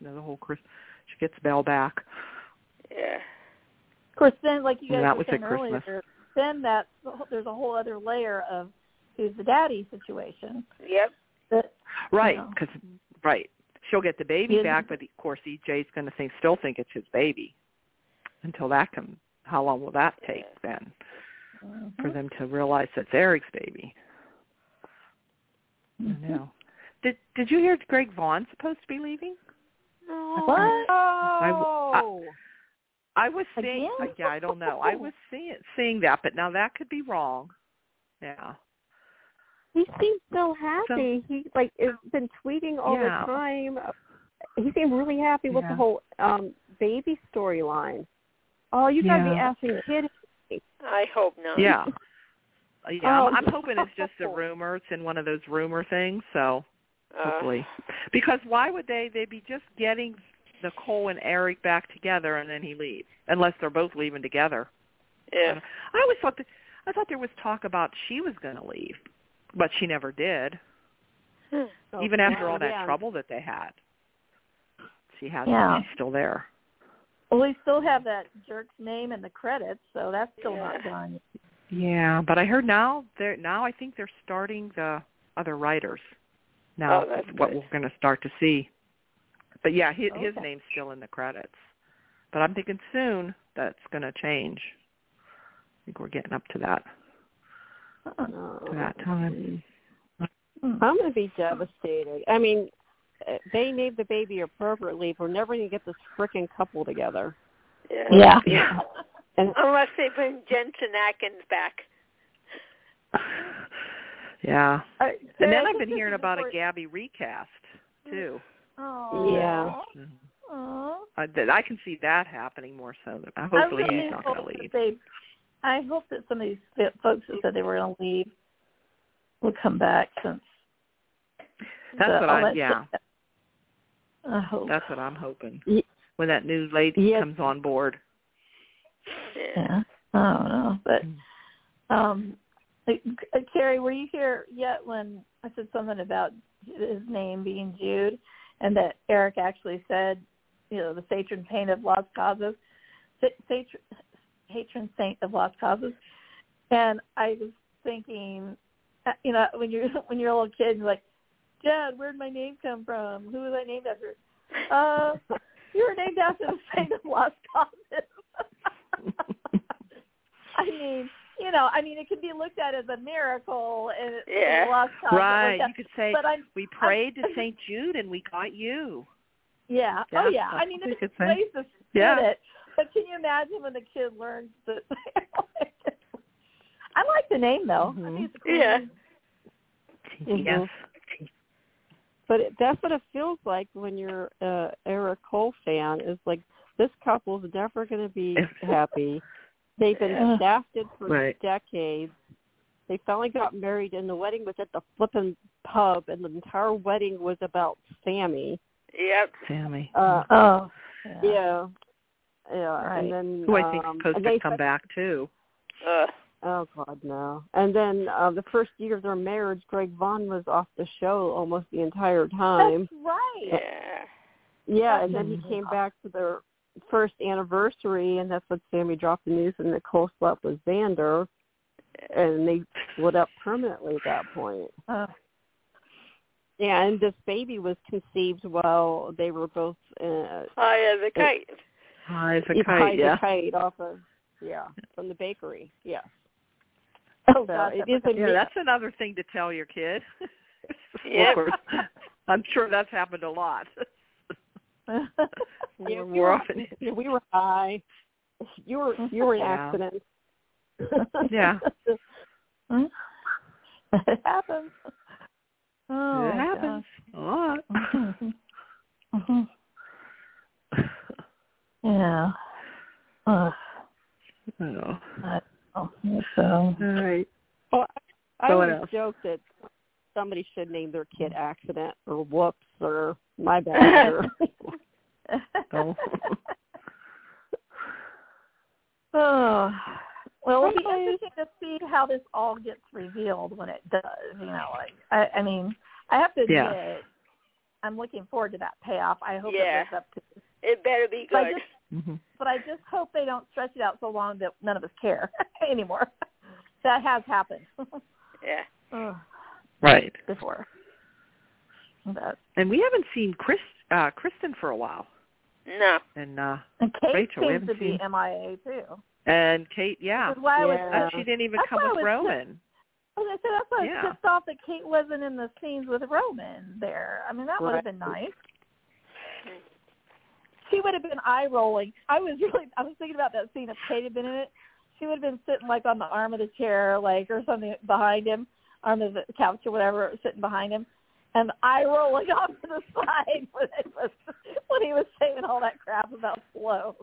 You know, the whole Chris she gets Belle back. Yeah. Of course, then, like you Well, guys that were was at saying earlier, Christmas. then that there's a whole other layer of who's the daddy situation. Yep. But Right, Yeah. 'cause right, she'll get the baby Yeah. back, but of course EJ's going to think still think it's his baby. Until that comes, how long will that take then Mm-hmm. for them to realize it's Eric's baby? I Mm-hmm. don't know. Did Did you hear Greg Vaughn's supposed to be leaving? What? Oh. w- I was seeing. Again? uh, Yeah, I don't know. I was seeing seeing that, but now that could be wrong. Yeah. he seems so happy. he like has been tweeting all Yeah. the time. He seemed really happy with Yeah. the whole um baby storyline. Oh, you gotta be Yeah. asking kidding. I hope not. Yeah. Uh, Yeah, I'm, Oh. I'm hoping it's just a rumor. It's in one of those rumor things. So Uh, hopefully. Because why would they? They'd be just getting Nicole and Eric back together, and then he leaves, unless they're both leaving together. yeah. I always thought that I thought there was talk about she was going to leave, but she never did. Uh, Even after all that Oh, yeah. trouble that they had, she has. Yeah. She's still there. well, we still have that jerk's name in the credits, so that's still not done. yet. Yeah, but I heard now they're now I think they're starting the other writers. Now Oh, that's what good. we're going to start to see. But yeah, his, his Okay. name's still in the credits. But I'm thinking soon that's going to change. I think we're getting up to that Huh. Oh. to that time. Hmm. I'm gonna be devastated. I mean, uh, they named the baby appropriately. We're never gonna get this frickin' couple together. Yeah. Yeah. And Unless they bring Jensen Atkins back. Yeah. I- And I then I've think been this hearing is Mm. about a important- Gabby recast too. Aw. yeah, Aw. I, that I can see that happening more so. Than, I hopefully really he's not hope going to that leave. They, I hope that some of these fi- folks that said they were going to leave will come back since That's the, what all I that yeah. I hope. That's what I'm hoping. when that new lady Yes. comes on board. Yeah. Yeah. I don't know, Mm. but um, like, uh, Carrie, were you here yet when I said something about his name being Jude, and that Eric actually said, you know, the patron saint of Las Casas, sa- patron patron saint of Las Casas, and I was thinking, uh, you know, when you're when you're a little kid, you're like, Dad, where'd my name come from? Who was I named after? Uh, you were named after the saint of Las Casas. I mean, you know, I mean, it can be looked at as a miracle and it- Yeah. Las Casas. right. You could say But I'm we prayed to Saint Jude and we got you. Yeah. Yeah, Oh yeah. I that's mean, a it good plays thing. the spirit. Yeah. But can you imagine when the kid learns that? I like the name though. I Mhm. think it's a cool Yeah. name. Mhm. Yes. But it, that's what it feels like when you're a Eric Cole fan. Is like this couple's never going to be happy. They've been Yeah. shafted for Right. decades. They finally got married, and the wedding was at the flippin' pub, and the entire wedding was about Sammy. Yep. Sammy. Uh, Oh. yeah, yeah. Right. And then who I think uh, um, is supposed and they to come back too. Uh, Oh God, no! And then uh, the first year of their marriage, Greg Vaughn was off the show almost the entire um, time. That's right. yeah. yeah, that's and then he amazing. came back for their first anniversary, and that's when Sammy dropped the news, and Nicole slept with Xander, and they split up permanently at that point. Oh. Yeah, and this baby was conceived while they were both uh, Oh yeah, the kite. High as Ah, he a tied kite, the yeah. kite off of yeah from the bakery. Yeah, Oh, so God, it that is a Yeah, mix. that's another thing to tell your kid. Yep. Of course. I'm sure that's happened a lot. Yeah, More, we more were- often. Yeah, we were high. You were you were in Yeah. accident. Yeah. Uh, it happens. Oh, Mm-hmm. it happens a lot. hmm Mm-hmm. Yeah. Uh, oh. oh, so. All right. Well, I So what always else? joke that somebody should name their kid accident or whoops or my bad. or, Oh. Oh, well, it'll be Okay. interesting to see how this all gets revealed when it does. You know, like I, I mean, I have to admit, Yeah. I'm looking forward to that payoff. I hope Yeah. it lives up to. It better be But I good. just, Mm-hmm. but I just hope they don't stretch it out so long that none of us care anymore. that has happened Yeah. Ugh, Right. before. But, And we haven't seen Chris uh Kristen for a while. No. And uh and Kate Rachel, we seems to haven't be seen- MIA too. and Kate, yeah. Which is why I was Yeah. Uh, she didn't even Oh, That's come why I with was- Rowan. Well, I said that's why I Yeah. was pissed off that Kate wasn't in the scenes with Roman there. I mean, that would have been Right. nice. She would have been eye rolling. I was really, I was thinking about that scene if Kate had been in it. She would have been sitting like on the arm of the chair, like or something behind him, arm of the couch or whatever, sitting behind him, and eye rolling off to the side when it was when he was saying all that crap about Sloan.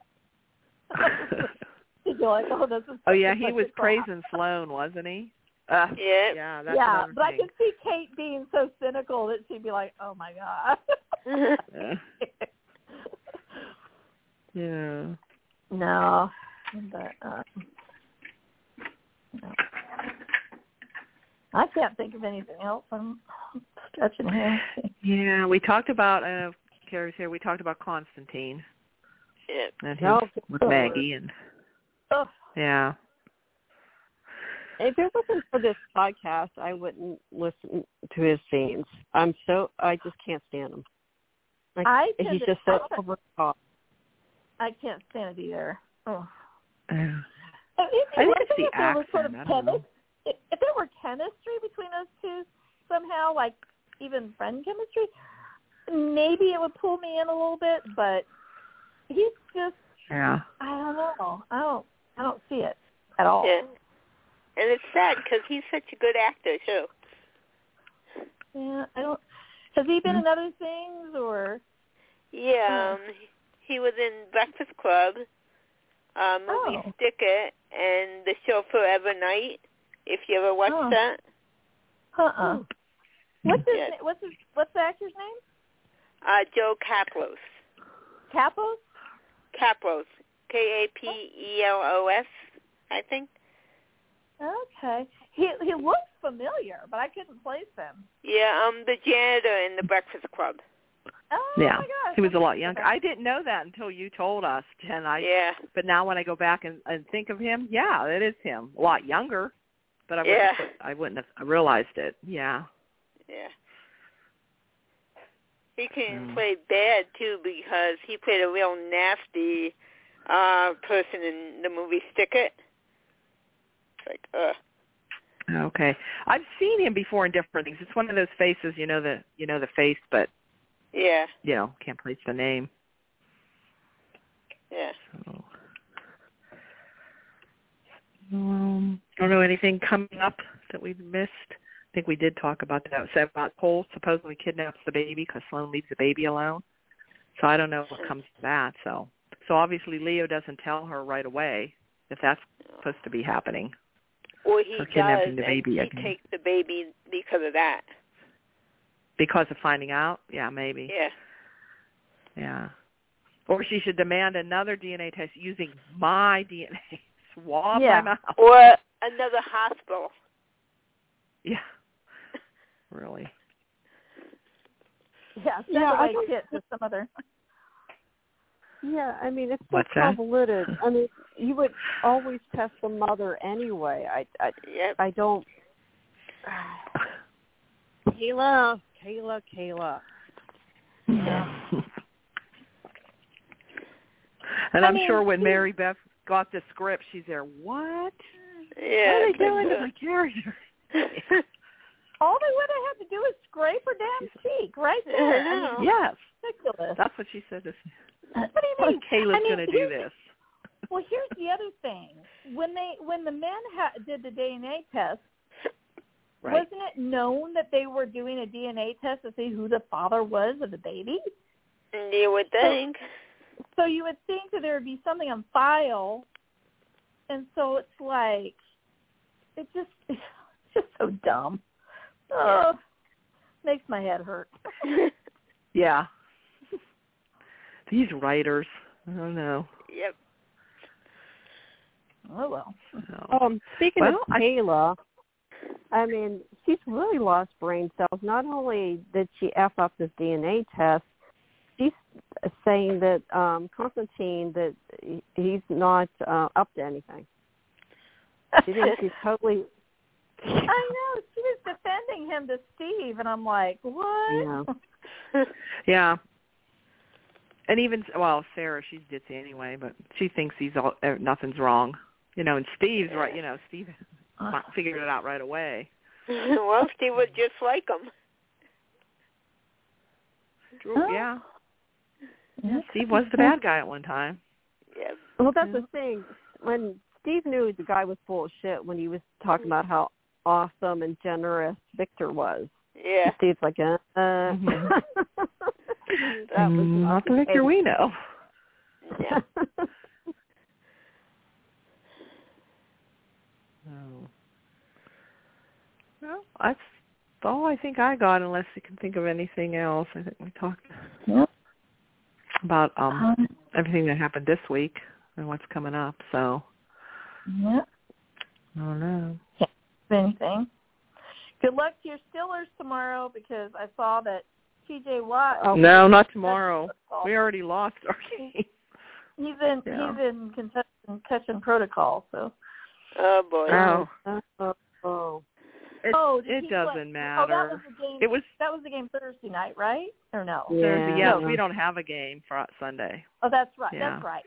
You're like, oh, this is oh yeah, such he a was crap. praising Sloan, wasn't he? Uh, Yeah. yeah, that's yeah, another but I thing. could see Kate being so cynical that she'd be like, "Oh my god." Yeah. Yeah. no, but um, no. I can't think of anything else. I'm stretching here. Yeah, we talked about uh Carrie's here, we talked about Constantine yeah. and his No, with sure. Maggie and Ugh. yeah. if it wasn't for this podcast, I wouldn't listen to his scenes. I'm so I just can't stand him. Like, I he's tend to- just so over the top. I can't stand it either. Oh. Yeah. If, if, I think one it's the thing if there was sort of accent, I don't know. chemis- if, if there were chemistry between those two somehow, like even friend chemistry, maybe it would pull me in a little bit. But he's just Yeah. I don't know. I don't I don't see it at all. Yeah. And it's sad because he's such a good actor too. Yeah, I don't. Has he been Mm-hmm. in other things or? Yeah, um, he was in Breakfast Club, uh, movie Oh. Sticker, and The Show Forever Night. If you ever watched Oh. that, Uh Mm. uh What's his Yeah. na- what's his what's the actor's name? uh, Joe Kaplos. Capos? Capos. K A P E L O S, I think. Okay. He he looked familiar, but I couldn't place him. Yeah, um, the janitor in the Breakfast Club. Oh Yeah. my gosh. He was a okay. lot younger. I didn't know that until you told us, Jen. I yeah. but now when I go back and, and think of him, yeah, it is him. A lot younger, but I wouldn't Yeah. have- I wouldn't have realized it. Yeah. Yeah. He can Mm. play bad too because he played a real nasty uh person in the movie Stick It. It's like, uh Okay. I've seen him before in different things. It's one of those faces, you know the you know the face, but yeah, you know can't place the name. yeah. So. Um, I don't know anything coming up that we've missed. I think we did talk about that. So about Cole supposedly kidnaps the baby because Sloan leaves the baby alone. So I don't know what comes to that. So so obviously Leo doesn't tell her right away if that's supposed to be happening. Or he Or does kidnapping and the baby, I he think. takes the baby because of that. Because of finding out, yeah, maybe, Yeah. yeah. Or she should demand another DNA test using my DNA. Swab Yeah. my mouth. Or another hospital. Yeah. Really. Yeah, send Yeah, I away don't- kit to some other Yeah, I mean it's so What's that? convoluted. I mean, you would always test the mother anyway. I I, Uh, Yep. I don't. Kayla, Kayla, Kayla. And I I'm mean, sure when she- Mary Beth got the script, she's there, what? Yeah. what are it's they doing to like, my character? uh, all they would have had to do is scrape her damn cheek right there. I know. yes, ridiculous. that's what she said. To say. What do you Oh, mean? Kayla's Oh. I mean, going to do here's- this. Well, here's the other thing. When they when the men ha- did the DNA test, Right. wasn't it known that they were doing a DNA test to see who the father was of the baby? You would Oh. think. So you would think that there would be something on file, and so it's like it's just it's just so dumb. Oh, makes my head hurt. Yeah. These writers. I don't know. yep. Oh well. So- Um, speaking Well, of I- Kayla, I mean, she's really lost brain cells. Not only did she f up this DNA test, she's saying that um Constantine that he- he's not uh, up to anything. She thinks she's totally. I know she was defending him to Steve, and I'm like, what? Yeah. Yeah. And even well, Sarah, she's ditzy anyway, but she thinks he's all eh, nothing's wrong, you know. And Steve's right, you know. Steve figured it out right away. well, she would just like him. Huh? Yeah, Steve was the bad guy at one time. Yep. Well, that's Yeah. the thing. When Steve knew the guy was full of shit when he was talking about how awesome and generous Victor was. Yeah. Steve's like, uh, uh. Mhm. that was Mm, Not the Victor we know. Yeah. No. Well, that's all I think I got, unless you can think of anything else. I think we talked Yep. about um Um, everything that happened this week and what's coming up. So yeah. I don't know. anything. Good luck to your Steelers tomorrow because I saw that T.J. Watt. Oh. No, not tomorrow. We already lost our game. He's in Yeah. he's in concussion, concussion protocol. So Oh boy. Oh, oh, oh. it, oh, did it he play- doesn't Oh, that was matter. the game. It was that was the game Thursday night, right? Or no? Yeah. Thursday. Yes, we don't have a game for Sunday. Oh, that's right. Yeah. That's right.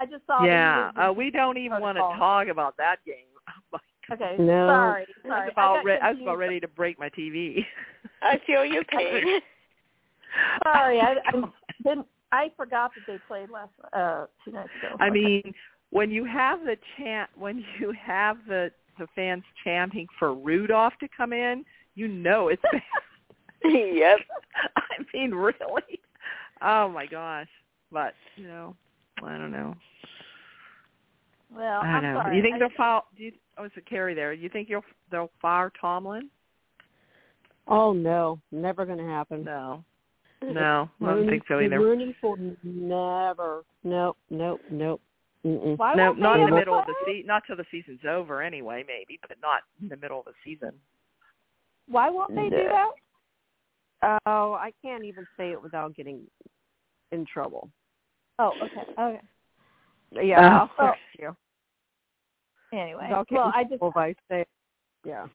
I just saw. that he yeah, was in- uh, we don't even want to protocol. talk about that game. Like, okay. No. Sorry. I was Sorry. about got re- I was about confused. ready to break my TV. I feel your pain. Sorry, I, I didn't. I forgot that they played last uh two nights ago. I mean, when you have the chant, when you have the the fans chanting for Rudolph to come in, you know it's bad. yep. I mean, really. Oh my gosh! But you know, I don't know. well, I am don't know. sorry. You think I- they'll file? Do you, oh, it's a carry there. You think you'll they'll fire Tomlin? Oh no, never going to happen. No. No, I don't think so Rooney- either. Rooney for never. Nope, nope, nope. Mm-mm. Why No, won't not they in the ever middle of the play? sea. Not till the season's over, anyway. Maybe, but not in the middle of the season. Why won't they do Yeah. that? Oh, I can't even say it without getting in trouble. Oh, okay, okay. Yeah, Oh. I'll text you. Anyway, I'll get well, in I just trouble if I say it. yeah.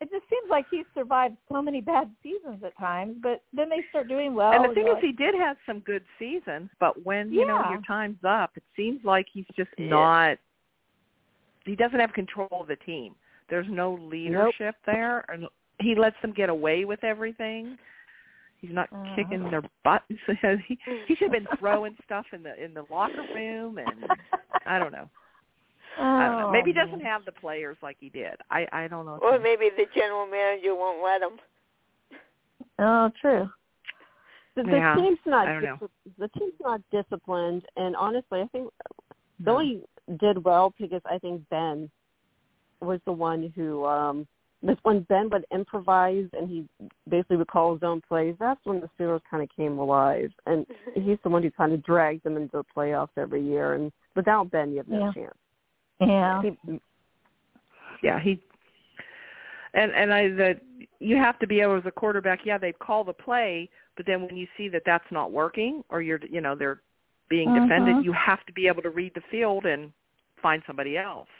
it just seems like he survived so many bad seasons at times, but then they start doing well. and the and thing you're is, he did have some good seasons, but when you know Yeah. your time's up, it seems like he's just Yeah. not. He doesn't have control of the team. There's no leadership there, and he lets them get away with everything. He's not Uh-huh. kicking their butt. So he he should have been throwing stuff in the in the locker room, and like, I don't know. oh, I don't know. Maybe he doesn't man. have the players like he did. I I don't know. Or maybe the general manager won't let him. Oh, true. The, the Yeah, team's not I don't know. dis- the team's not disciplined, and honestly, I think Billy did well because I think Ben was the one who um this when Ben would improvise and he basically would call his own plays, that's when the Steelers kinda came alive. And he's the one who kinda dragged them into the playoffs every year and without Ben you have no Yeah. chance. Yeah. He, yeah he and and i that you have to be able as a quarterback yeah they call the play but then when you see that that's not working or you're you know they're being Mhm. defended you have to be able to read the field and find somebody else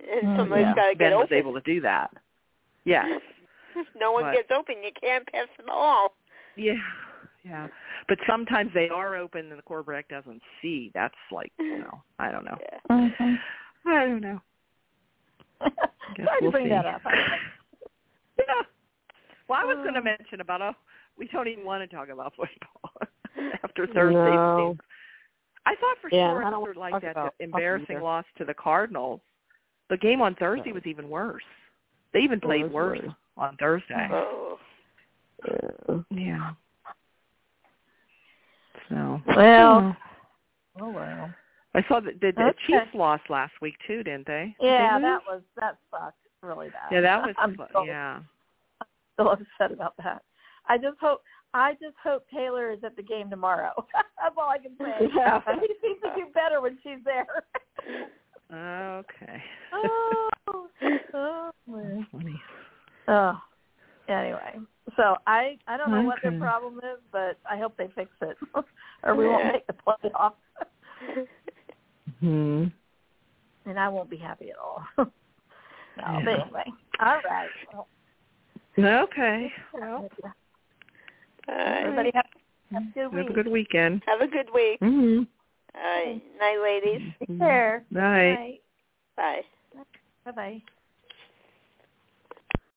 And Mm, somebody's yeah. got to get ben was open. able to do that yes no one Right. gets open. You can't pass the ball. yeah yeah but sometimes they are open and the quarterback doesn't see that's like you know i don't know Yeah. Mhm. i don't know I guess Sorry we'll to bring see. that up. yeah. Well, I was going to mention about oh, we don't even want to talk about football after Thursday's No. game. I thought for Yeah, sure I don't wanna after like talk that about the embarrassing either. loss to the Cardinals, the game on Thursday Yeah. was even worse. They even played was worse worse. on Thursday. Oh. uh, Yeah. So Well. Oh well. I saw that the, the Okay. Chiefs lost last week too, didn't they? Did they Yeah, lose? that was that sucked really bad. yeah, that was I'm so, yeah. still upset about that. I just hope I just hope Taylor is at the game tomorrow. That's all I can say. Yeah. he seems to do better when she's there. Okay. oh, oh, man. Funny. oh. Anyway, so I I don't know what their Okay. problem is, but I hope they fix it, or we won't make the playoffs, Hmm. and I won't be happy at all. no, but Yeah. anyway, all right. Well, Okay. Well, All right. everybody have, have a good Have a week. good weekend. Have a good week. Mm-hmm. Mm-hmm. All right. Night, ladies. Take care. Night. Bye. Bye. Bye bye.